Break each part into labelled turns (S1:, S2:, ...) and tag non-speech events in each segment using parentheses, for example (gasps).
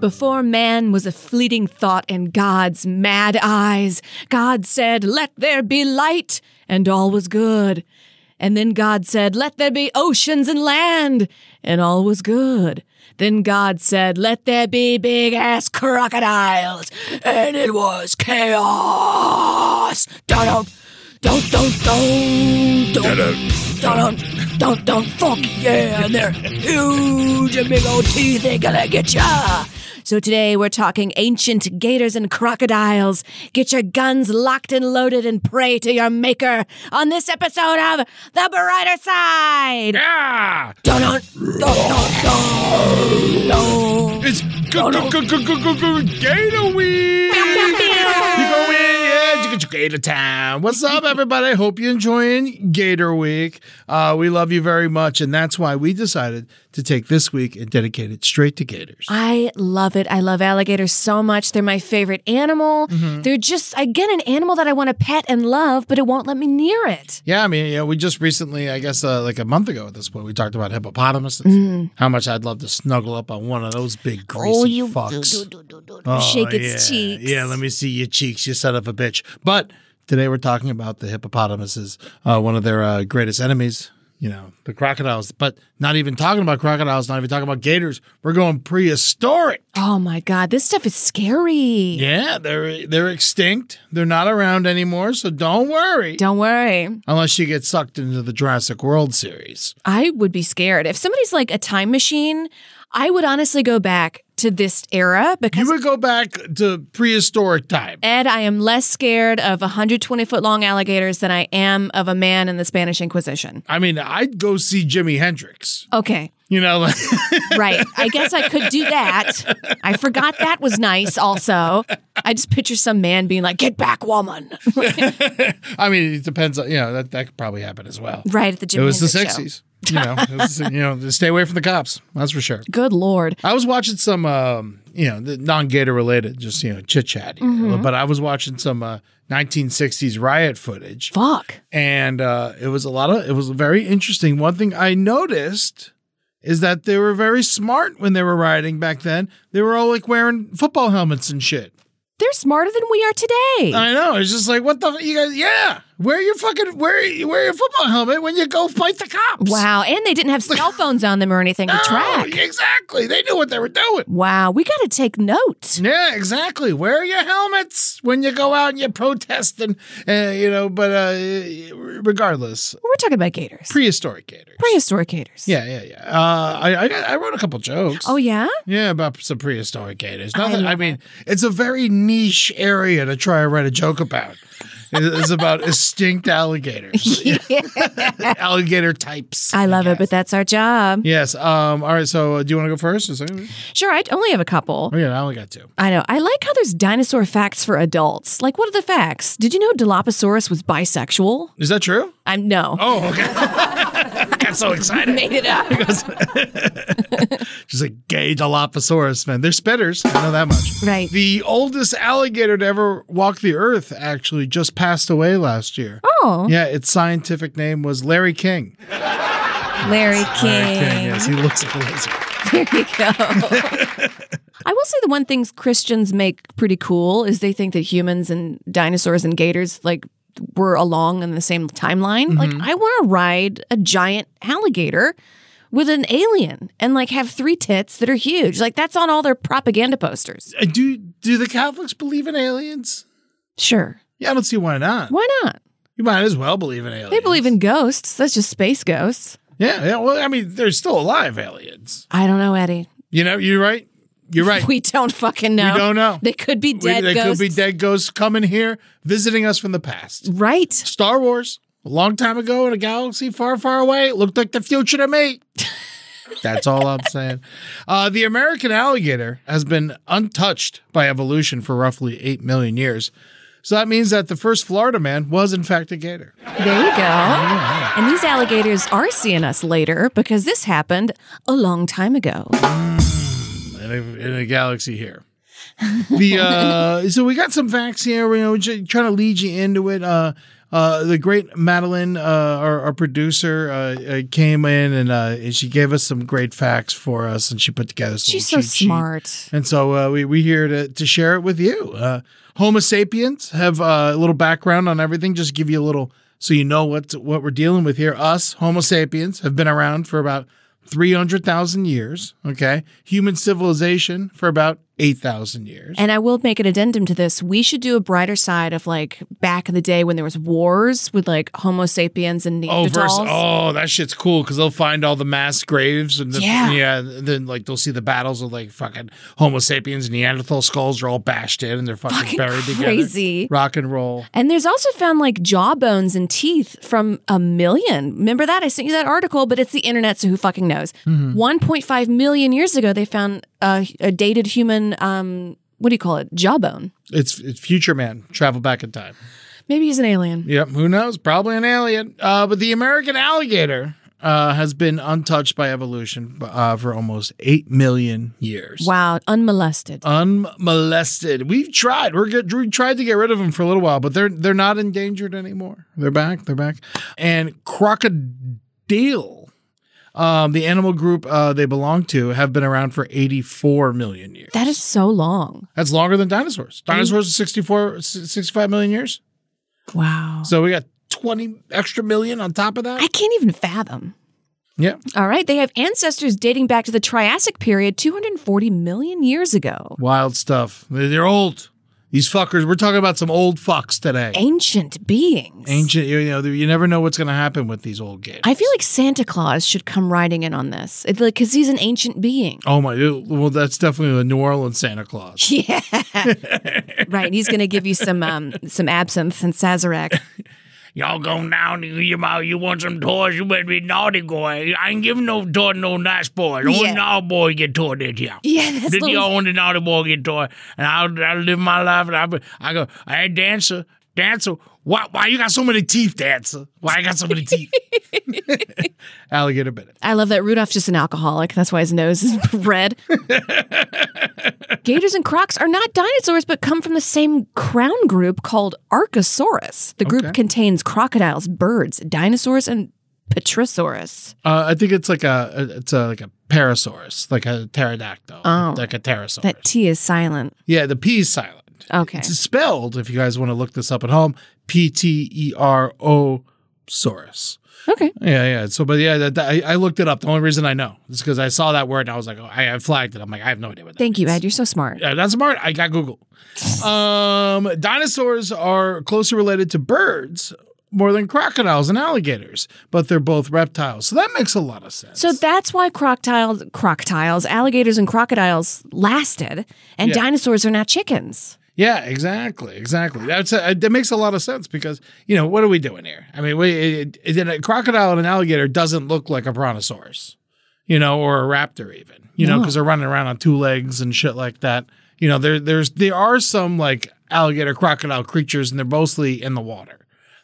S1: Before man was a fleeting thought in God's mad eyes, God said, Let there be light, and all was good. And then God said, Let there be oceans and land, and all was good. Then God said, Let there be big ass crocodiles, and it was chaos. Don't, don't, don't, don't, don't, don't, don't, don't, fuck yeah, and they're huge and big old teeth, they're gonna get ya. So today we're talking ancient gators and crocodiles. Get your guns locked and loaded and pray to your maker on this episode of The Brighter Side.
S2: Ah!
S1: Dun, dun, dun, dun, dun,
S2: It's Gator Week! You go in, yeah, you get your Gator time. What's up, everybody? Hope you're enjoying Gator Week. Uh, we love you very much, and that's why we decided to take this week and dedicate it straight to gators.
S1: I love it. I love alligators so much. They're my favorite animal.
S2: Mm-hmm.
S1: They're just, again, an animal that I want to pet and love, but it won't let me near it.
S2: Yeah, I mean, you know, we just recently, I guess, uh, like a month ago at this point, we talked about hippopotamuses.
S1: Mm-hmm.
S2: How much I'd love to snuggle up on one of those big
S1: Oh,
S2: greasy fucks. Oh,
S1: Shake its
S2: yeah.
S1: cheeks.
S2: Yeah, let me see your cheeks, you son of a bitch. But today we're talking about the hippopotamuses, uh, one of their uh, greatest enemies. You know, the crocodiles. But not even talking about crocodiles. Not even talking about gators. We're going prehistoric.
S1: Oh my God, this stuff is scary.
S2: Yeah, they're they're extinct. They're not around anymore. So don't worry.
S1: Don't worry.
S2: Unless you get sucked into the Jurassic World series.
S1: I would be scared. If somebody's like a time machine, I would honestly go back to this era
S2: You
S1: because
S2: would go back to prehistoric time.
S1: Ed, I am less scared of 120 foot long alligators than I am of a man in the Spanish Inquisition.
S2: I mean, I'd go see Jimi Hendrix.
S1: Okay.
S2: You know, like (laughs)
S1: Right. I guess I could do that. I forgot that was nice also. I just picture some man being like, get back, woman.
S2: I mean, it depends on you know that that could probably happen as well.
S1: right at the gym.
S2: It was the sixties. You know, it was, you know, (laughs) just stay away from the cops. That's for sure.
S1: Good Lord.
S2: I was watching some, um, you know, the non-gator related, just you know, chit chat. here. But I was watching some uh, 1960s riot footage,
S1: Fuck.
S2: and uh, it was a lot of. It was very interesting. One thing I noticed is that they were very smart when they were rioting back then. They were all like wearing football helmets and shit.
S1: They're smarter than we are today.
S2: I know. It's just like what the you guys. Yeah, wear your fucking wear wear your football helmet when you go fight the cops.
S1: wow. And they didn't have
S2: (laughs)
S1: cell phones on them or anything to
S2: No,
S1: track.
S2: exactly. They knew what they were doing.
S1: Wow, we got to take note.
S2: Yeah, exactly. Wear your helmets when you go out and you protest, and uh, you know. But uh, regardless,
S1: We're talking about gators,
S2: prehistoric gators.
S1: prehistoric gators.
S2: yeah, yeah, yeah. Uh, I, I got- I wrote a couple jokes.
S1: Oh yeah.
S2: Yeah, about some prehistoric gators. Nothing, I, mean, it's a very niche area to try and write a joke about. It-
S1: (laughs)
S2: it's about extinct alligators, (laughs) alligator types.
S1: I love it, but that's our job.
S2: yes. Um. All right. So, uh, do you want to go first? Or something?
S1: Sure, I only have a couple.
S2: Oh, yeah, I only got two.
S1: I know. I like how there's dinosaur facts for adults. Like, what are the facts? Did you know Dilophosaurus was bisexual?
S2: Is that true?
S1: I'm no.
S2: Oh, okay. (laughs) I got
S1: (laughs)
S2: so excited.
S1: Made it up.
S2: She's a gay Dilophosaurus, man. They're spitters. I know that much.
S1: Right.
S2: The oldest alligator to ever walk the earth actually just passed away last year.
S1: Oh,
S2: Yeah, its scientific name was Larry King.
S1: Larry
S2: Larry King,
S1: King.
S2: yes, he looks like a lizard.
S1: (laughs) There you
S2: (laughs)
S1: go. I will say the one things Christians make pretty cool is they think that humans and dinosaurs and gators like were along in the same timeline.
S2: Mm-hmm.
S1: Like I want to ride a giant alligator with an alien and like have three tits that are huge. Like that's on all their propaganda posters.
S2: Uh, Do do the Catholics believe in aliens?
S1: Sure.
S2: Yeah, I don't see why not.
S1: Why not?
S2: You might as well believe in aliens.
S1: They believe in ghosts. That's just space ghosts.
S2: Yeah, yeah. Well, I mean, they're still alive aliens.
S1: I don't know, Eddie.
S2: You know, you're right.
S1: (laughs)
S2: You're right.
S1: We don't fucking know.
S2: We don't know.
S1: They could be
S2: We-
S1: dead
S2: they
S1: ghosts.
S2: could be dead ghosts coming here, visiting us from the past.
S1: Right.
S2: Star Wars, a long time ago in a galaxy far, far away, it looked like the future to me. That's all I'm saying. Uh, the American alligator has been untouched by evolution for roughly 8 million years. So that means that the first Florida man was, in fact, a gator.
S1: There you go. And these alligators are seeing us later because this happened a long time ago.
S2: in a, in a galaxy here.
S1: (laughs)
S2: the uh, so we got some facts here. You know, j- trying to lead you into it. Uh, uh, the great Madeline, uh, our, our producer, uh, uh, came in and, uh, and she gave us some great facts for us, and she put together. Some
S1: She's so smart.
S2: and so uh, we we here to to share it with you. Uh, Homo sapiens have uh, a little background on everything. Just give you a little so you know what what we're dealing with here. Us Homo sapiens have been around for about three hundred thousand years. Okay, human civilization for about eight thousand years.
S1: And I will make an addendum to this. We should do a brighter side of like back in the day when there was wars with like Homo sapiens and
S2: Oh,
S1: Neanderthals.
S2: verse, oh, that shit's cool because they'll find all the mass graves and the,
S1: Yeah.
S2: yeah. and then like they'll see the battles of like fucking Homo sapiens, Neanderthal skulls are all bashed in and they're fucking,
S1: Fucking
S2: buried
S1: crazy.
S2: together. Rock and roll.
S1: And there's also found like jawbones and teeth from a million. Remember that? I sent you that article, but it's the internet, so who fucking knows? 1.5 million years ago, they found a, a dated human, um, what do you call it? Jawbone.
S2: It's it's future man travel back in time.
S1: Maybe he's an alien.
S2: Yep, who knows? Probably an alien. Uh, but the American alligator uh, has been untouched by evolution uh, for almost eight million years.
S1: Wow, unmolested.
S2: Uh, Unmolested. We've tried. We're get, we tried to get rid of them for a little while, but they're they're not endangered anymore. They're back. They're back. And crocodile, um, the animal group uh, they belong to, have been around for 84 million years.
S1: that is so long.
S2: That's longer than dinosaurs. Dinosaurs are 64, 65 million years.
S1: Wow.
S2: So we got 20 extra million on top of that.
S1: I can't even fathom.
S2: yeah.
S1: All right, they have ancestors dating back to the Triassic period 240 million years ago.
S2: Wild stuff. They're they're old. These fuckers. We're talking about some old fucks today.
S1: Ancient beings.
S2: Ancient. You know, you never know what's going to happen with these old games.
S1: I feel like Santa Claus should come riding in on this. It's like, cause he's an ancient being.
S2: Oh my. Well, that's definitely the New Orleans Santa
S1: (laughs)
S2: Claus. (laughs)
S1: Yeah. right. He's gonna give you some um some absinthe and
S2: (laughs)
S1: Sazerac.
S3: Y'all going down, you, you, mo- you want some toys, you better be naughty boy. I ain't giving no toy to no nice boy. The
S1: Yeah.
S3: only naughty boy get toy this year.
S1: Yeah, that's
S3: This year
S1: little-
S3: only naughty boy get toy. And I'll, I'll live my life and I'll be, I go, hey, dancer, dancer, why, why you got so many teeth, dancer? Why you got so many
S1: (laughs)
S2: (laughs)
S3: teeth?
S2: Alligator bit.
S1: I love that Rudolph's just an alcoholic. That's why his nose is (laughs)
S2: (laughs)
S1: red. Gators and crocs are not dinosaurs, but come from the same crown group called Archosaurus. The group
S2: Okay.
S1: contains crocodiles, birds, dinosaurs, and Petrosaurus.
S2: Uh, I think it's like a it's a, like a parasaurus, like a pterodactyl, like a pterosaurus.
S1: Oh. That T is silent.
S2: yeah, the P is silent.
S1: Okay.
S2: It's spelled, if you guys want to look this up at home, P T E R O saurus.
S1: Okay.
S2: Yeah, yeah. So, but yeah, that, that- I, I looked it up. The only reason I know is because I saw that word and I was like, oh, I, I flagged it. I'm like, I have no idea what that
S1: Thank you,
S2: means.
S1: Ed. You're so smart.
S2: Yeah, that's smart. I got Google. Um, dinosaurs are closely related to birds more than crocodiles and alligators, but they're both reptiles. So that makes a lot of sense.
S1: So that's why crocodiles, crocodiles, alligators, and crocodiles lasted, and
S2: Yeah.
S1: dinosaurs are not chickens.
S2: Yeah, exactly, exactly. That's a, that makes a lot of sense because you know what are we doing here? I mean, we, it, it, a crocodile and an alligator doesn't look like a brontosaurus, you know, or a raptor even, you know, know, because they're running around on two legs and shit like that. You know, there there's there are some like alligator crocodile creatures, and they're mostly in the water.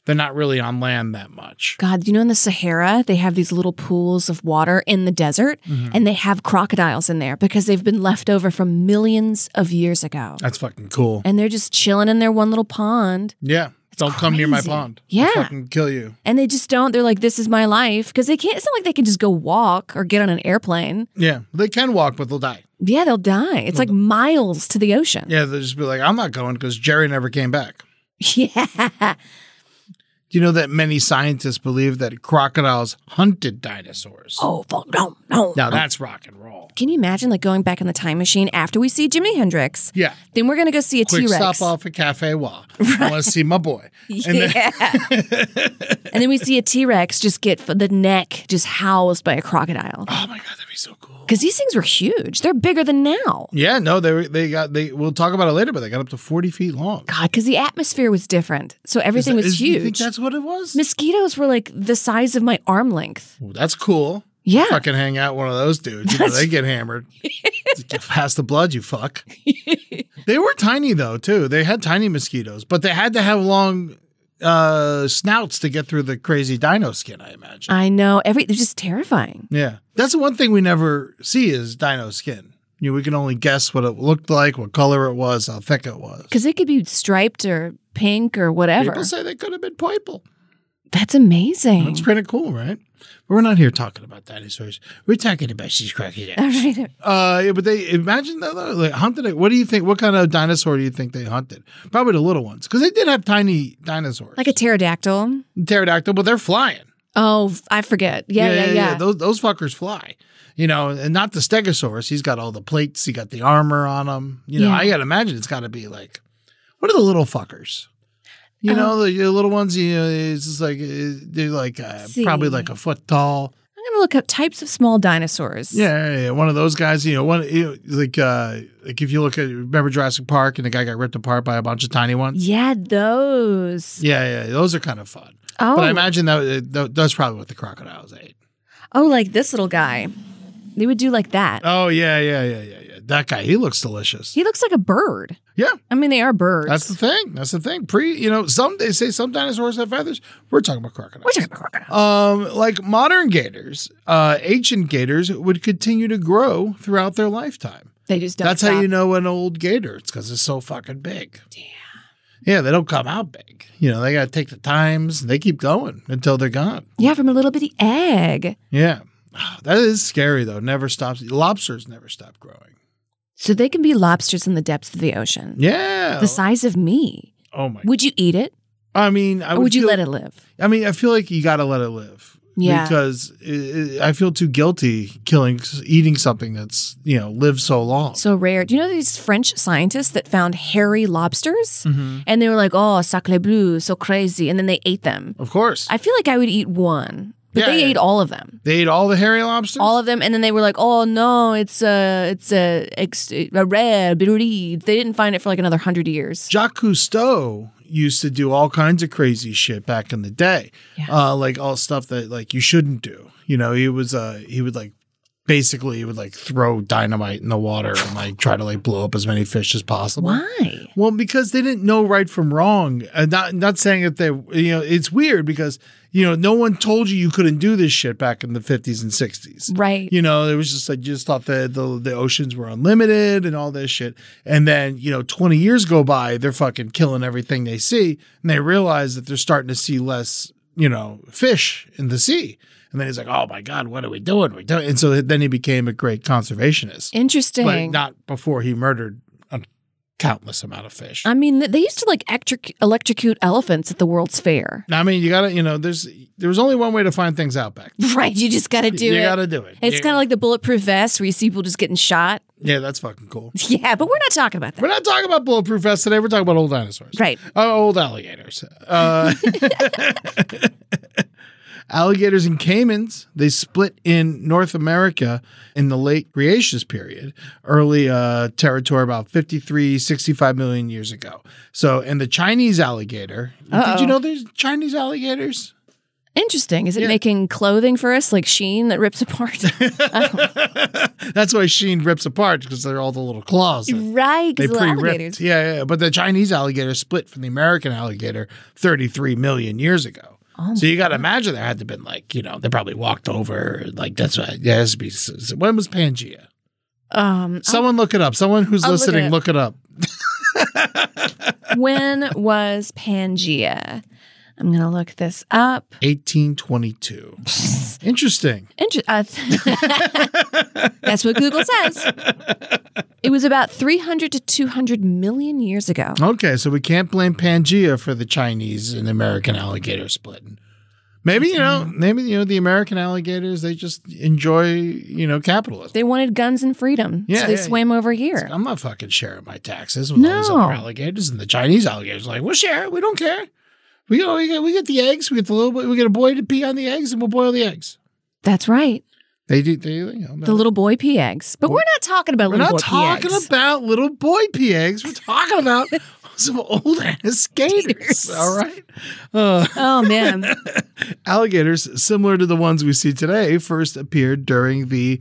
S2: They're not really on land that much.
S1: God, you know, in the Sahara, they have these little pools of water in the desert,
S2: Mm-hmm.
S1: and they have crocodiles in there because they've been left over from millions of years ago.
S2: That's fucking cool.
S1: And they're just chilling in their one little pond.
S2: Yeah, Don't come near my
S1: crazy.
S2: pond. I'll
S1: Yeah.
S2: fucking kill you.
S1: And they just don't. They're like, this is my life. Because they can't, it's not like they can just go walk or get on an airplane.
S2: Yeah. They can walk, but they'll die.
S1: Yeah, they'll die. It's like miles to the ocean.
S2: Yeah. They'll just be like, I'm not going because Jerry never came back.
S1: (laughs) yeah.
S2: Do you know that many scientists believe that crocodiles hunted dinosaurs?
S1: Oh, fuck, no, no.
S2: Now that's rock and roll.
S1: Can you imagine like going back in the time machine after we see Jimi Hendrix?
S2: Yeah.
S1: Then we're gonna go see a T
S2: Quick
S1: Rex.
S2: stop off at
S1: (laughs)
S2: Cafe Wa. I want to see my boy. And then- (laughs)
S1: Yeah. and then we see a T Rex just get f- the neck just housed by a crocodile.
S2: oh my God, that'd be so cool.
S1: Because these things were huge. They're bigger than now.
S2: Yeah, no, they were- they got they. We'll talk about it later, but they got up to forty feet long.
S1: God, because the atmosphere was different. So everything
S2: Is
S1: was
S2: that- is- You think
S1: huge.
S2: that's what it was?
S1: Mosquitoes were like the size of my arm length.
S2: Ooh, that's cool.
S1: Yeah.
S2: Fucking hang out with one of those dudes. You know, they
S1: (laughs)
S2: get hammered. get past the blood, you fuck. they were tiny though too. They had tiny mosquitoes, but they had to have long uh snouts to get through the crazy dino skin. I imagine.
S1: I know. Every they're just terrifying.
S2: yeah, that's the one thing we never see is dino skin. You know, we can only guess what it looked like, what color it was, how thick it was.
S1: Because they could be striped or pink or whatever.
S2: People say they could have been purple.
S1: That's amazing.
S2: It's pretty cool, right? But we're not here talking about dinosaurs. We're talking about she's cracking
S1: (laughs) All right.
S2: Uh, yeah, but they imagine that though, like hunted. it. What do you think? What kind of dinosaur do you think they hunted? Probably the little ones because they did have tiny dinosaurs,
S1: Like a pterodactyl.
S2: pterodactyl, but they're flying.
S1: Oh, f- I forget. Yeah, yeah, yeah.
S2: Those those fuckers fly, you know, and not the Stegosaurus. He's got all the plates. He got the armor on him. You know,
S1: Yeah.
S2: I gotta imagine it's got to be like, what are the little fuckers?
S1: Oh.
S2: You know, the, the little ones. You know, it's just like uh, they're like uh,
S1: see.
S2: probably like a foot tall.
S1: I'm going to look up types of small dinosaurs.
S2: Yeah, yeah, yeah, one of those guys. You know, one you know, like uh, like if you look at remember Jurassic Park and the guy got ripped apart by a bunch of tiny ones.
S1: Yeah, those.
S2: Yeah, yeah, those are kind of fun.
S1: Oh.
S2: But I imagine that, that that's probably what the crocodiles ate.
S1: Oh, like this little guy. They would do like that.
S2: Oh yeah, yeah, yeah, yeah, yeah. That guy, he looks delicious.
S1: He looks like a bird.
S2: Yeah,
S1: I mean, they are birds.
S2: that's the thing. That's the thing. Pre, you know, some they say some dinosaurs have feathers. We're talking about crocodiles.
S1: We're talking about crocodiles.
S2: Um, like modern gators, uh, ancient gators would continue to grow throughout their lifetime.
S1: They just don't.
S2: That's how
S1: stop.
S2: you know an old gator. It's because it's so fucking big. Damn. Yeah, they don't come out big. You know, they got to take the times. They keep going until they're gone.
S1: Yeah, from a little bitty egg.
S2: Yeah. Ah, That is scary, though. Never stops. Lobsters never stop growing.
S1: So they can be lobsters in the depths of the ocean.
S2: Yeah.
S1: The size of me.
S2: oh, my.
S1: Would you eat it?
S2: I mean, I
S1: Or
S2: would,
S1: would, you
S2: feel-
S1: let it live?
S2: I mean, I feel like you got to let it live.
S1: Yeah.
S2: Because i i I feel too guilty killing, eating something that's, you know, lived so long.
S1: So rare. Do you know these French scientists that found hairy lobsters?
S2: Mm-hmm.
S1: And they were like, oh, sacre bleu, so crazy. And then they ate them.
S2: of course.
S1: I feel like I would eat one, but
S2: Yeah,
S1: they
S2: yeah.
S1: ate all of them.
S2: they ate all the hairy lobsters?
S1: All of them, and then they were like, "Oh no, it's a it's a, ex, a rare breed." They didn't find it for like another hundred years.
S2: Jacques Cousteau used to do all kinds of crazy shit back in the day, uh, like all stuff that like you shouldn't do. You know, he was uh, he would like basically he would like throw dynamite in the water and like try to like blow up as many fish as possible.
S1: Why?
S2: Well, because they didn't know right from wrong. Uh, not not saying that they, you know, it's weird because you know no one told you you couldn't do this shit back in the fifties and sixties,
S1: Right.
S2: You know, it was just like you just thought that the the oceans were unlimited and all this shit, and then you know twenty years go by, they're fucking killing everything they see, and they realize that they're starting to see less, you know, fish in the sea. And then he's like, "Oh my God, what are we doing? We doing?" And so then he became a great conservationist, but
S1: Interesting.
S2: not before he murdered a countless amount of fish.
S1: I mean, th- they used to like electric- electrocute elephants at the World's Fair. (laughs)
S2: I mean, you gotta, you know, there's there was only one way to find things out back. then.
S1: Right, you just got to do
S2: you
S1: it.
S2: gotta do it.
S1: It's
S2: You-
S1: kind of like the bulletproof vest where you see people just getting shot. (laughs)
S2: yeah, that's fucking cool.
S1: Yeah, but we're not talking about that.
S2: We're not talking about bulletproof vests today. We're talking about old dinosaurs,
S1: Right.
S2: Oh, old alligators, uh, (laughs) alligators and caimans. They split in North America in the late Cretaceous period, early uh, territory about 53, 65 million years ago. So, and the Chinese alligator. Did you know there's Chinese alligators?
S1: Interesting. Is it making clothing for us like Sheen that rips
S2: (laughs)
S1: apart?
S2: That's why Sheen rips apart because they're all the little claws.
S1: right,
S2: They
S1: because
S2: pre ripped.
S1: alligators.
S2: Yeah, yeah. But the Chinese alligator split from the American alligator 33 million years ago. so you got to imagine there had to been like, you know, they probably walked over. Like, that's why. Yeah, it has to be. s- s- When was Pangea?
S1: Um,
S2: Someone Oh. look it up. Someone who's
S1: I'll look it
S2: listening,
S1: up.
S2: look it up.
S1: when was Pangea? I'm gonna look this up.
S2: 1822. (laughs) Interesting.
S1: Inter- uh, (laughs) that's what Google says. It was about 300 to 200 million years ago.
S2: Okay, so we can't blame Pangea for the Chinese and American alligator splitting. Maybe you know, maybe you know the American alligators. They just enjoy you know capitalism.
S1: They wanted guns and freedom,
S2: Yeah,
S1: so they
S2: yeah,
S1: swam over here.
S2: I'm not fucking sharing my taxes with all these
S1: No.
S2: other alligators and the Chinese alligators. Like we'll share it. We don't care. We get, we get we get the eggs. We get the little boy. We get a boy to pee on the eggs, and we'll boil the eggs.
S1: That's right,
S2: They do. They you know,
S1: the little boy pea eggs. But we're not talking about
S2: We're
S1: little
S2: not
S1: boy
S2: talking
S1: pea eggs.
S2: about little boy pea eggs. We're talking about (laughs) some old ass skaters. All right.
S1: (laughs)
S2: Uh,
S1: oh
S2: (laughs)
S1: man,
S2: Alligators, similar to the ones we see today, first appeared during the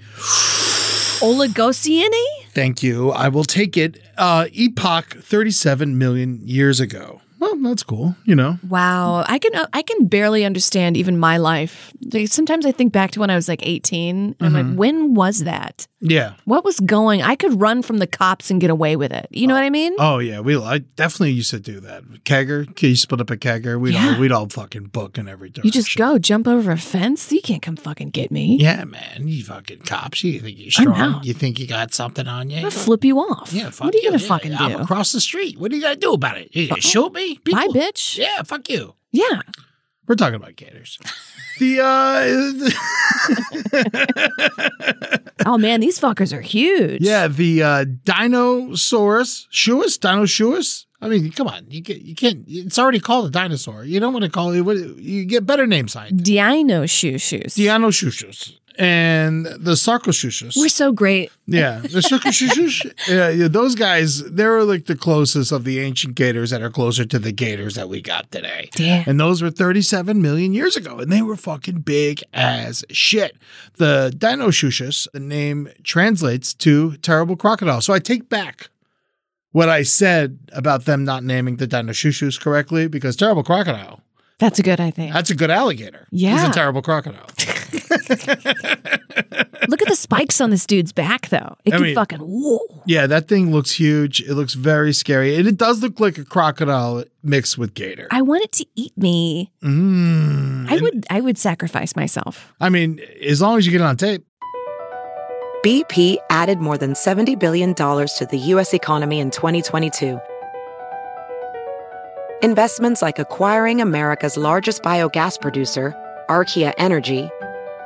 S1: Oligocene?
S2: thank you, I will take it, uh, epoch 37 million years ago. Well, that's cool, you know.
S1: Wow, I can uh, I can barely understand even my life. Like, Sometimes I think back to when I was like 18. and I'm
S2: Mm-hmm.
S1: like, when was that?
S2: Yeah.
S1: What was going? I could run from the cops and get away with it. You know what I mean?
S2: Oh yeah, we I definitely used to do that. Kegger, can you split up a kegger? We'd all we'd all fucking book in every direction.
S1: You just go jump over a fence. You can't come fucking get me.
S2: Yeah, man. You fucking cops. You think you're
S1: I
S2: strong?
S1: know.
S2: You think you got something on you?
S1: I'm gonna flip you off.
S2: Yeah, fuck
S1: what are you gonna
S2: Yeah,
S1: fucking
S2: I'm
S1: do?
S2: across the street. What are you gonna do about it? You gonna shoot me? People-
S1: Bye, bitch.
S2: Yeah, fuck you.
S1: Yeah.
S2: We're talking about gators. the uh (laughs)
S1: Oh man, these fuckers are huge.
S2: Yeah, the uh Dinosaurus Shuus, Dinosaurus. I mean, come on. You can you can't it's already called a dinosaur. You don't want to call it what you get better name science.
S1: Dino shoe shoes.
S2: Dinosuchus and the Sarcosuchus.
S1: We're so great. (laughs)
S2: Yeah, the Sarcosuchus. yeah, yeah, those guys, they're like the closest of the ancient gators that are closer to the gators that we got today.
S1: Yeah.
S2: And those were 37 million years ago, and they were fucking big as shit. The Dinosuchus, the name translates to terrible crocodile. So I take back what I said about them not naming the Dinosuchus correctly because terrible crocodile,
S1: That's a good, I think.
S2: that's a good alligator. He's
S1: Yeah.
S2: a terrible crocodile.
S1: Look at the spikes on this dude's back, though. It
S2: I
S1: can
S2: mean-
S1: fucking whoa.
S2: Yeah, that thing looks huge. It looks very scary. And it does look like a crocodile mixed with gator.
S1: I want it to eat me.
S2: Mm.
S1: I would. I would sacrifice myself.
S2: I mean, as long as you get it on tape.
S4: BP added more than $70 billion to the U.S. economy in 2022. Investments like acquiring America's largest biogas producer, Archaea Energy,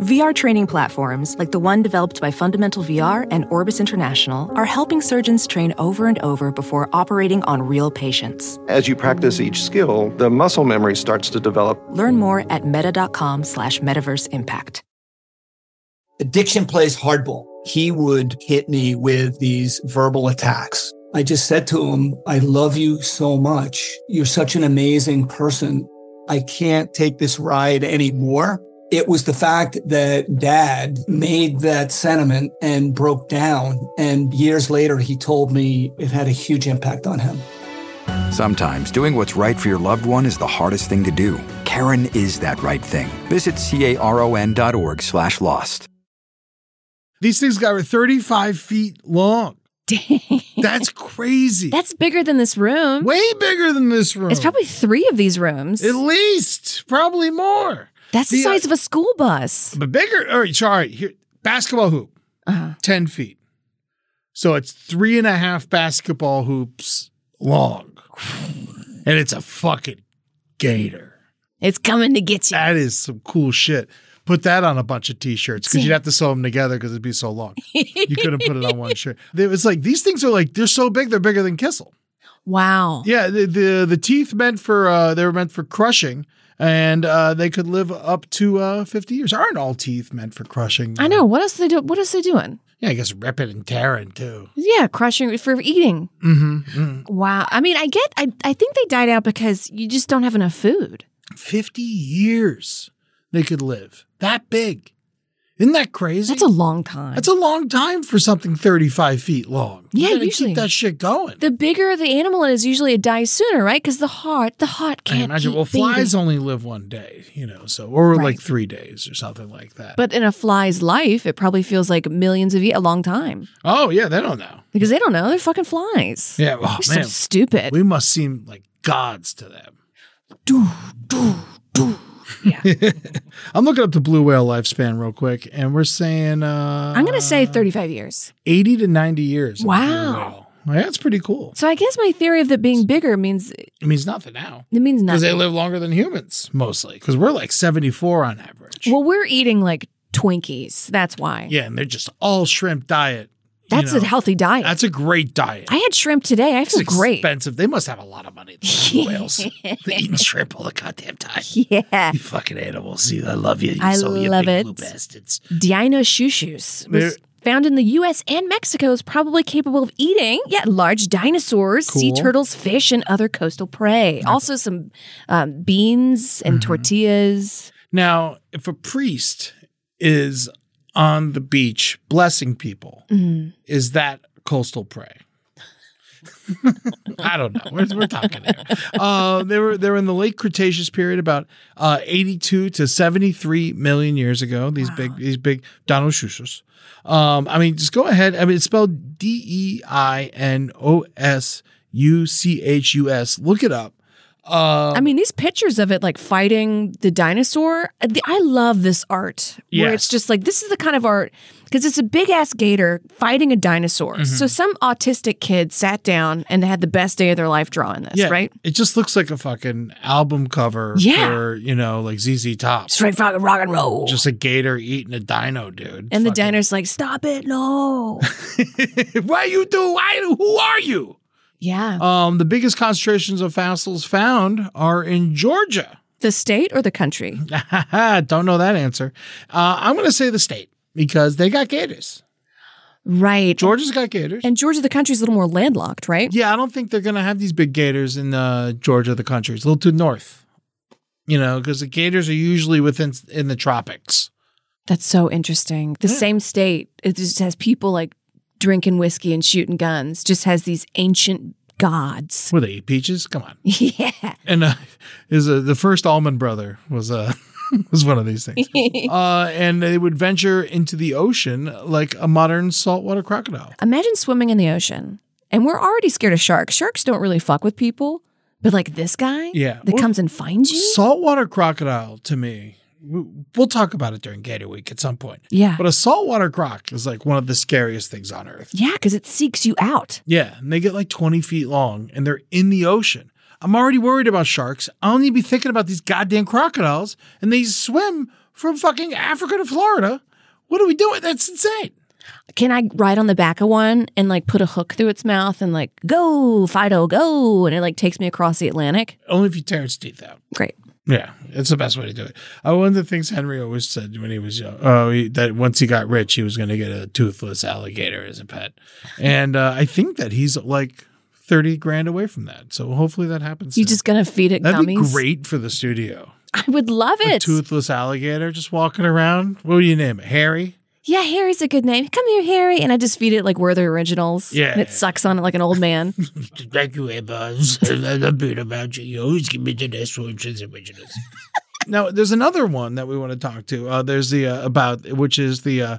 S5: VR training platforms, like the one developed by Fundamental VR and Orbis International, are helping surgeons train over and over before operating on real patients.
S6: As you practice each skill, the muscle memory starts to develop.
S5: Learn more at meta.com slash metaverse impact.
S7: Addiction plays hardball. He would hit me with these verbal attacks. I just said to him, I love you so much. You're such an amazing person. I can't take this ride anymore. It was the fact that dad made that sentiment and broke down. And years later, he told me it had a huge impact on him.
S8: Sometimes doing what's right for your loved one is the hardest thing to do. Karen is that right thing. Visit caron.org slash lost.
S2: These things got were 35 feet long.
S1: (laughs) Dang.
S2: That's crazy.
S1: That's bigger than this room.
S2: way bigger than this room.
S1: It's probably three of these rooms.
S2: at least, probably more.
S1: That's the
S2: the, uh,
S1: size of a school bus.
S2: But bigger. All right, sorry. Here, basketball hoop,
S1: Uh-huh.
S2: 10 feet. So it's three and a half basketball hoops long. And it's a fucking gator.
S1: It's coming to get you.
S2: That is some cool shit. Put that on a bunch of t-shirts because you'd have to sew them together because it'd be so long. you couldn't put it on
S1: (laughs)
S2: one shirt. It was like these things are like they're so big they're bigger than Kissel.
S1: Wow.
S2: Yeah, the the, the teeth meant for uh, they were meant for crushing, and uh, they could live up to uh, fifty years. Aren't all teeth meant for crushing?
S1: I know. What else they do? What else they doing?
S2: Yeah, I guess ripping and tearing too.
S1: Yeah, crushing for eating.
S2: Mm-hmm.
S1: Wow. I mean, I get. I I think they died out because you just don't have enough food.
S2: Fifty years they could live that big. Isn't that crazy?
S1: That's a long time.
S2: That's a long time for something 35 feet long. You
S1: Yeah,
S2: gotta
S1: usually.
S2: keep that shit going.
S1: the bigger the animal is, usually it dies sooner, right? Because the heart, the heart
S2: I
S1: can't.
S2: imagine.
S1: keep
S2: Well, flies
S1: beating.
S2: only live one day, you know, so or
S1: Right.
S2: like three days or something like that.
S1: But in a fly's life, it probably feels like millions of years, a long time,
S2: oh yeah, they don't know.
S1: because they don't know they're fucking flies.
S2: Yeah, oh,
S1: They're
S2: man,
S1: so stupid.
S2: we must seem like gods to them.
S1: yeah,
S2: (laughs) I'm looking up the blue whale lifespan real quick, and we're saying uh,
S1: I'm gonna say 35 years.
S2: 80 to 90 years. of blue
S1: Wow.
S2: whale. Yeah, that's pretty cool.
S1: So I guess my theory of that being bigger means it
S2: It means nothing now
S1: means
S2: because they
S1: nothing.
S2: live longer than humans mostly because we're like 74 on average.
S1: well, we're eating like Twinkies. That's why.
S2: yeah, and they're just all shrimp diet. you
S1: that's a
S2: know.
S1: healthy diet.
S2: That's a great diet.
S1: I had shrimp today. I feel
S2: It's
S1: great.
S2: expensive. They must have a lot of money. The blue
S1: (laughs)
S2: whales. They're eating shrimp all the goddamn time.
S1: Yeah.
S2: You fucking animals. You- I love you. You
S1: I
S2: so- you
S1: love
S2: big Blue
S1: it.
S2: bastards.
S1: Dino Shushus
S2: They're-
S1: was found in the US and Mexico is probably capable of eating, yeah, large dinosaurs, sea
S2: Cool.
S1: turtles, fish, and other coastal prey. Also some um, beans
S2: Mm-hmm.
S1: and tortillas.
S2: Now, if a priest is on the beach blessing people, is that coastal prey? (laughs) I don't know. We're, we're talking here. Uh, they were they were in the late Cretaceous period, about uh, 82 to 73 million years ago. These big these big dinosaurs. Um, I mean, just go ahead. I mean, it's spelled D E I N O S U C H U S. Look it up. Uh,
S1: I mean, these pictures of it like fighting the dinosaur, uh, the- I love this art where it's
S2: Yes.
S1: just like this is the kind of art because it's a big ass gator fighting a dinosaur. So some autistic kid sat down and had the best day of their life drawing this, right?
S2: It just looks like a fucking album cover
S1: Yeah.
S2: for, you know, like ZZ Top.
S1: Straight fucking rock and roll.
S2: Just a gator eating a dino, dude.
S1: And the diner's like, stop it, no.
S2: dino. (laughs) why you do? Why? Who are you?
S1: yeah.
S2: Um, the biggest concentrations of fossils found are in Georgia. (laughs)
S1: the state or the country?
S2: Don't know that answer. Uh, I'm going to say the state because they got gators.
S1: Right.
S2: Georgia's got gators.
S1: and Georgia, the country's a little more landlocked, right?
S2: yeah, I don't think they're going to have these big gators in uh, Georgia, the country. It's a little too north, you know, because the gators are usually within in the tropics.
S1: That's so interesting. The same state, it just has people like drinking whiskey and shooting guns, just has these ancient gods. (laughs)
S2: Were they eat peaches? Come on.
S1: yeah.
S2: And uh, is uh, the first almond brother was uh, (laughs) was one of these things. uh, and they would venture into the ocean like a modern saltwater crocodile.
S1: Imagine swimming in the ocean. And we're already scared of sharks. Sharks don't really fuck with people. But like this guy
S2: Yeah.
S1: that
S2: Well,
S1: comes and finds you?
S2: Saltwater crocodile to me. we- We'll talk about it during Gator Week at some point.
S1: Yeah.
S2: But uh, a saltwater croc is like one of the scariest things on earth.
S1: yeah, because it seeks you out.
S2: Yeah, and they get like 20 feet long and they're in the ocean. I'm already worried about sharks. I don't need to be thinking about these goddamn crocodiles and they swim from fucking Africa to Florida. What are we doing? That's insane.
S1: can I ride on the back of one and like put a hook through its mouth and like go Fido go and it like takes me across the Atlantic?
S2: Only if you tear its teeth out.
S1: Great.
S2: Yeah, it's the best way to do it. Uh, one of the things Henry always said when he was young, oh, he, that once he got rich, he was going to get a toothless alligator as a pet. And uh, I think that he's like 30 grand away from that. So hopefully that happens.
S1: You
S2: soon.
S1: just gonna feed it
S2: That'd be
S1: gummies?
S2: great for the studio.
S1: I would love
S2: a
S1: it.
S2: toothless alligator just walking around. What would you name it? Harry?
S1: yeah, Harry's a good name. Come here, Harry, and I just feed it like we're the originals.
S2: Yeah.
S1: and it sucks on it like an old
S2: (laughs)
S1: man.
S3: Thank you, Emma. I'm being about you. You always give me the next one since I'm mentioning this.
S2: Now, there's another one that we want to talk to. Uh, there's the uh, about which is the uh,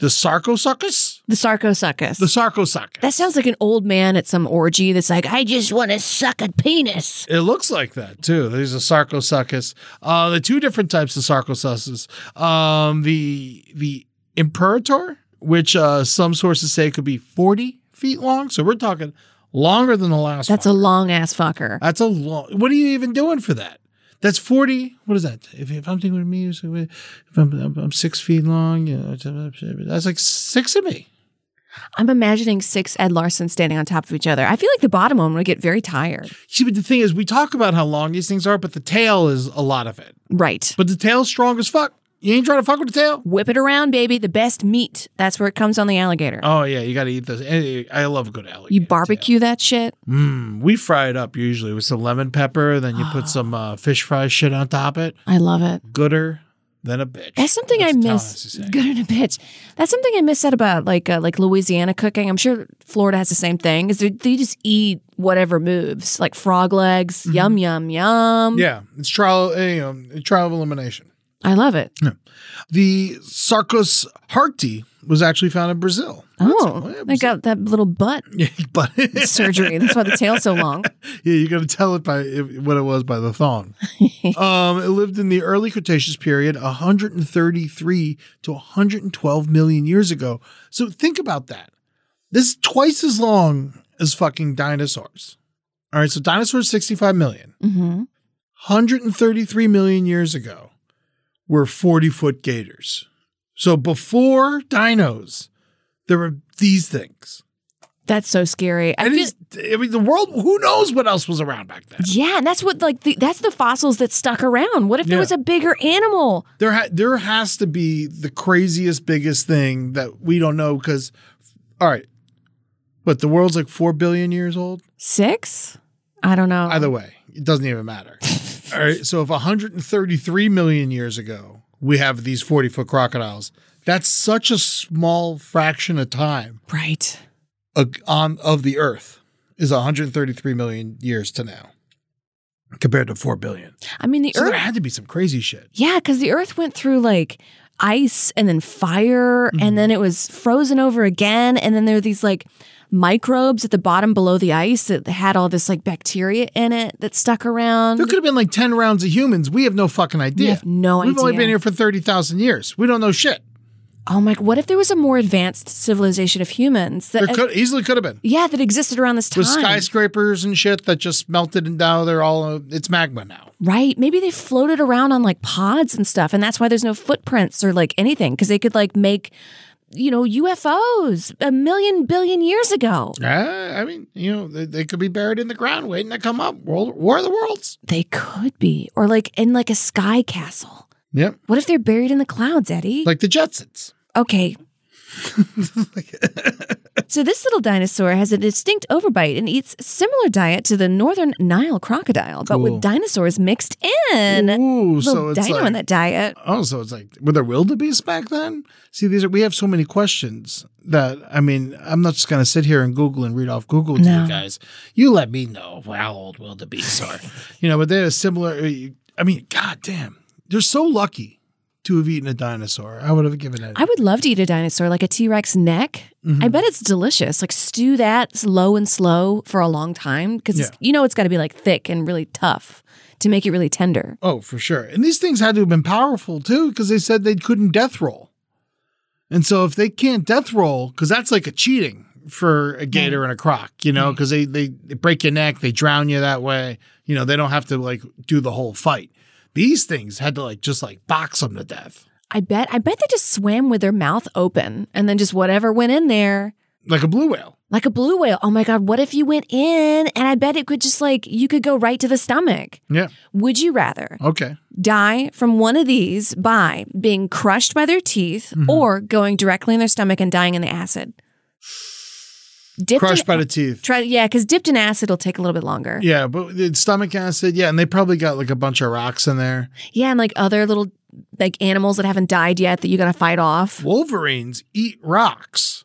S2: the sarcosuchus.
S1: The sarcosuchus.
S2: The sarcosuchus.
S1: that sounds like an old man at some orgy that's like, I just want to suck a penis.
S2: it looks like that too. There's a sarcosuchus. Uh, the two different types of sarcosuchus. Um, the the imperator, which uh, some sources say could be 40 feet long. So we're talking longer than the last.
S1: That's
S2: one.
S1: a long ass fucker.
S2: That's a long. What are you even doing for that? That's forty. What is that? If, if I'm thinking with me, if I'm, I'm, I'm six feet long, you know, that's like six of me.
S1: I'm imagining six Ed Larson standing on top of each other. I feel like the bottom one would get very tired.
S2: See, but the thing is, we talk about how long these things are, but the tail is a lot of it.
S1: Right.
S2: But the tail's strong as fuck. You ain't trying to fuck with the tail.
S1: Whip it around, baby. The best meat. That's where it comes on the alligator.
S2: Oh yeah, you got to eat those. Hey, I love a good alligator.
S1: you barbecue that shit.
S2: Mm, we fry it up
S1: (gasps)
S2: usually with some lemon pepper, then you put some uh, fish fry shit on top of it.
S1: I love it.
S2: Gooder. than a bitch.
S1: That's something I miss.
S2: Tanahashi saying.
S1: Good in a bitch. That's something I miss out about like uh, like Louisiana cooking. I'm sure Florida has the same thing. Is they, they just eat whatever moves, like frog legs. Yum yum yum.
S2: Mm-hmm. Yeah, it's trial, uh, you know, trial of elimination.
S1: I love it.
S2: The Sarcos Harti was actually found in Brazil.
S1: oh, they
S2: (laughs)
S1: got that little butt
S2: but
S1: surgery. That's why the tail's
S2: (laughs)
S1: so long.
S2: Yeah, you're gonna tell it by if, what it was by
S1: (laughs)
S2: the thong. um, it lived in the early Cretaceous period, 133 to 112 million years ago. So think about that. This is twice as long as fucking dinosaurs. All right, so dinosaurs 65 million.
S1: hmm
S2: 133 million years ago were 40 foot gators. So before dinos, there were these things.
S1: That's so scary. I
S2: And
S1: feel,
S2: it's- I mean, the world, who knows what else was around back then?
S1: yeah, and that's what like the, that's the fossils that stuck around. What if there
S2: Yeah.
S1: was a bigger animal?
S2: There, ha- there has to be the craziest, biggest thing that we don't know because, all right, but the world's like 4 billion years old.
S1: Six? I don't know.
S2: Either way, it doesn't even matter. all right. So if 133 million years ago, we have these 40 foot crocodiles, that's such a small fraction of time
S1: right.
S2: uh, on of the earth is 133 million years to now compared to 4 billion.
S1: I mean, the
S2: So
S1: earth
S2: there had to be some crazy shit.
S1: Yeah, because the Earth went through like ice and then fire, and
S2: Mm-hmm.
S1: then it was frozen over again, and then there are these like microbes at the bottom below the ice that had all this like bacteria in it that stuck around.
S2: There could have been like 10 rounds of humans. We have no fucking idea.
S1: have no
S2: We've only
S1: idea.
S2: been here for 30,000 years. We don't know shit.
S1: oh my! What if there was a more advanced civilization of humans that?
S2: There could easily could have been.
S1: yeah, that existed around this uh, time.
S2: With skyscrapers and shit that just melted and now they're all, uh, it's magma now.
S1: Right. Maybe they floated around on like pods and stuff. And that's why there's no footprints or like anything because they could like make, you know, UFOs a million billion years ago.
S2: Uh, I mean, you know, they, they could be buried in the ground waiting to come up. World, War of the Worlds.
S1: They could be, or like in like a sky castle.
S2: Yep.
S1: What if they're buried in the clouds, Eddie?
S2: Like the Jetsons. (laughs)
S1: okay. so this little dinosaur has a distinct overbite and eats a similar diet to the northern Nile crocodile, but
S2: Cool.
S1: with dinosaurs mixed in.
S2: Ooh,
S1: little
S2: so it's
S1: dino
S2: like-
S1: in that diet.
S2: Oh, so it's like were there wildebeest back then? See, these are we have so many questions that I mean, I'm not just gonna sit here and Google and read off Google to you guys. You let me know how old wildebeests are, you know. But they're similar. uh, I mean, goddamn, they're so lucky to have eaten a dinosaur. I Mm-hmm. would have given it.
S1: I would love to eat a dinosaur, like a T Rex neck. I bet it's delicious. Like stew that slow and slow for a long time because
S2: Yeah.
S1: you know it's got to be like thick and really tough to make it really tender.
S2: oh, for sure. And these things had to have been powerful too, because they said they couldn't death roll. And so if they can't death roll, because that's like a cheating for a gator and a croc, you know, because they, they they break your neck, they drown you that way. You know, they don't have to like do the whole fight. These things had to like just like box them to death,
S1: I bet. I bet they just swam with their mouth open and then just whatever went in there,
S2: like a blue whale.
S1: like a blue whale. Oh my God, what if you went in and I bet it could just like, you could go right to the stomach.
S2: Yeah.
S1: Would you rather
S2: Okay.
S1: die from one of these by being crushed by their teeth
S2: Mm-hmm.
S1: or going directly in their stomach and dying in the acid? Dipped
S2: Crushed
S1: in,
S2: by the teeth.
S1: Try, yeah, because dipped in acid will take a little bit longer. Yeah,
S2: Yeah, but the stomach acid. Yeah, and they probably got like a bunch of rocks in there.
S1: and like other little like animals that haven't died yet that you got to fight off.
S2: Wolverines eat rocks.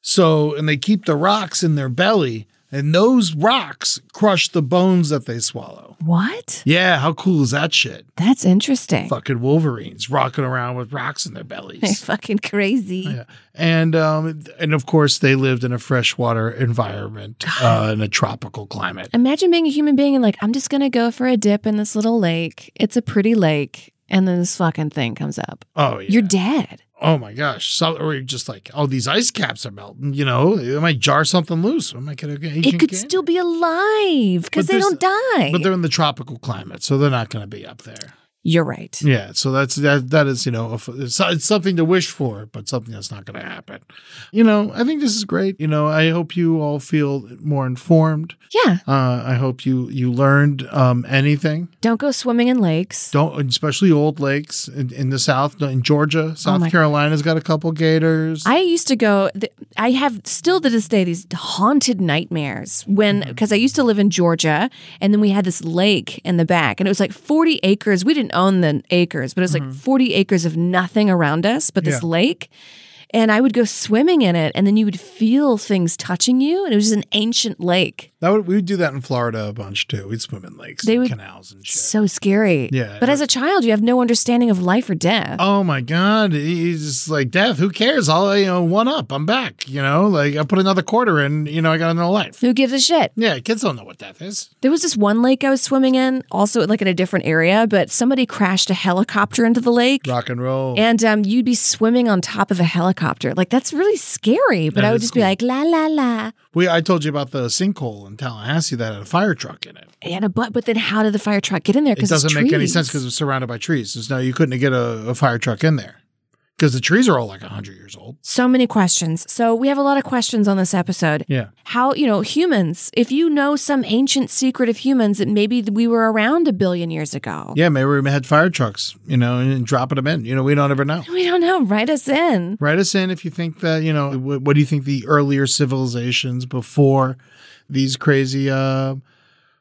S2: So, and they keep the rocks in their belly, and those rocks crush the bones that they swallow.
S1: What?
S2: Yeah, how cool is that shit?
S1: That's interesting.
S2: Fucking Wolverines rocking around with rocks in their bellies.
S1: (laughs) Fucking crazy.
S2: Yeah. And um, and of course they lived in a freshwater environment uh, in a tropical climate.
S1: Imagine being a human being and like, I'm just gonna go for a dip in this little lake. It's a pretty lake, and then this fucking thing comes up.
S2: Oh yeah.
S1: You're dead.
S2: oh my gosh. So, or you're just like, oh, these ice caps are melting. You know, it might jar something loose. Am I gonna get
S1: it could still be alive because
S2: But
S1: they
S2: there's-
S1: don't die.
S2: But they're in the tropical climate, so they're not going to be up there.
S1: You're right.
S2: Yeah, so that's that. That is you know, a f- it's, it's something to wish for, but something that's not going to happen. You know, I think this is great. You know, I hope you all feel more informed.
S1: Yeah.
S2: Uh, I hope you you learned um, anything.
S1: Don't go swimming in lakes.
S2: Don't especially old lakes in, in the south, in Georgia, South
S1: Oh my-
S2: Carolina's got a couple gators.
S1: I used to go. th- I have still to this day these haunted nightmares
S2: Mm-hmm.
S1: when because I used to live in Georgia and then we had this lake in the back and it was like forty acres. We didn't didn't own the acres, but it was like 40 acres of nothing around us but this
S2: Mm-hmm. Yeah.
S1: lake. And I would go swimming in it, and then you would feel things touching you. And it was just an ancient lake.
S2: That would we would do that in Florida a bunch too. We'd swim in lakes,
S1: They
S2: and
S1: would-
S2: canals, and shit.
S1: So scary.
S2: Yeah.
S1: But as a child, you have no understanding of life or death.
S2: Oh my god, he's just like death. Who cares? I'll you know one up. I'm back. You know, like I put another quarter in. You know, I got another life.
S1: Who gives a shit?
S2: Yeah, kids don't know what death is.
S1: There was this one lake I was swimming in, also like in a different area, but somebody crashed a helicopter into the lake.
S2: Rock and roll.
S1: And um, you'd be swimming on top of a helicopter. Like, that's really scary. But
S2: That
S1: I would
S2: is
S1: just be
S2: cool.
S1: like, la, la, la.
S2: we I told you about the sinkhole in Tallahassee that had a fire truck in it.
S1: And a butt. But then how did the fire truck get in there?
S2: It doesn't
S1: it's
S2: make any
S1: trees.
S2: sense because it's surrounded by trees. There's no you couldn't get a, a fire truck in there because the trees are all like hundred years old.
S1: So many questions. So we have a lot of questions on this episode.
S2: Yeah.
S1: How, you know, humans, if you know some ancient secret of humans that maybe we were around a billion years ago.
S2: Yeah, maybe we had fire trucks, you know, and dropping them in. You know, we don't ever know.
S1: We don't know. Write us in.
S2: Write us in if you think that, you know, what, what do you think the earlier civilizations before these crazy uh,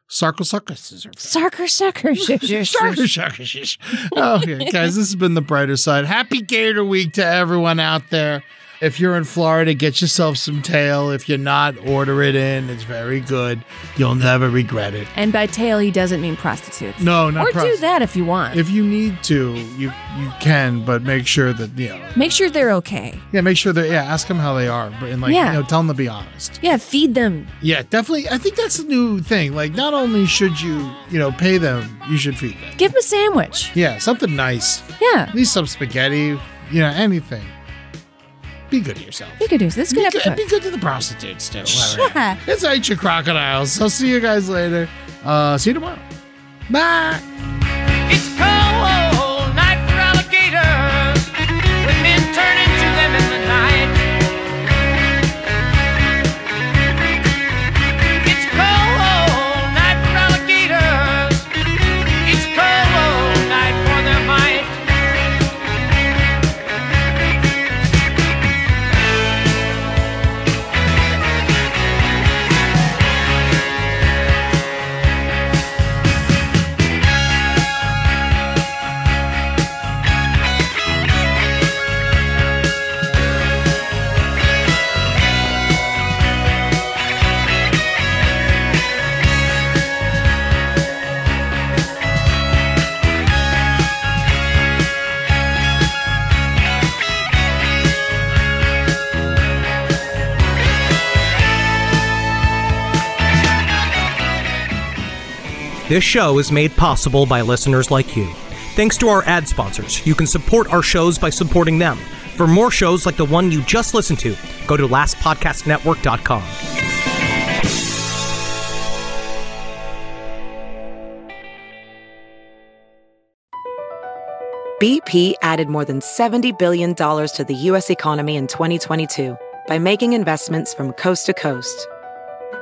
S2: sarcosuccuses are?
S1: Sarker,
S2: (laughs)
S1: sucker.
S2: Sarcosuccuses. okay, guys, this has been The Brighter Side. Happy Gator Week to everyone out there. If you're in Florida, get yourself some tail. If you're not, order it in. It's very good. You'll never regret it.
S1: and by tail, he doesn't mean prostitutes.
S2: No, not
S1: Or do
S2: prostitutes.
S1: that if you want.
S2: If you need to, you you can, but make sure that, you know,
S1: Make sure they're okay.
S2: Yeah, make sure that yeah, ask them how they are, but and like
S1: Yeah.
S2: you know, tell them to be honest.
S1: Yeah, feed them.
S2: Yeah, definitely. I think that's the new thing. Like, not only should you you know pay them, you should feed them.
S1: Give them a sandwich.
S2: Yeah, something nice.
S1: Yeah.
S2: At least some spaghetti. You know, anything. Be good to yourself.
S1: You could do this. This is a
S2: Be
S1: good
S2: good,
S1: episode.
S2: be good to the prostitutes too. Whatever. It's ain't your crocodiles. I'll see you guys later. Uh, see you tomorrow. Bye.
S9: It's cold night for alligators when men turn into them in the night. It's cold night for alligators. It's cold night for their might.
S10: This show is made possible by listeners like you. Thanks to our ad sponsors, you can support our shows by supporting them. For more shows like the one you just listened to, go to lastpodcastnetwork.com.
S4: BP added more than $70 billion to the U.S. economy in 2022 by making investments from coast to coast.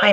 S11: Hi,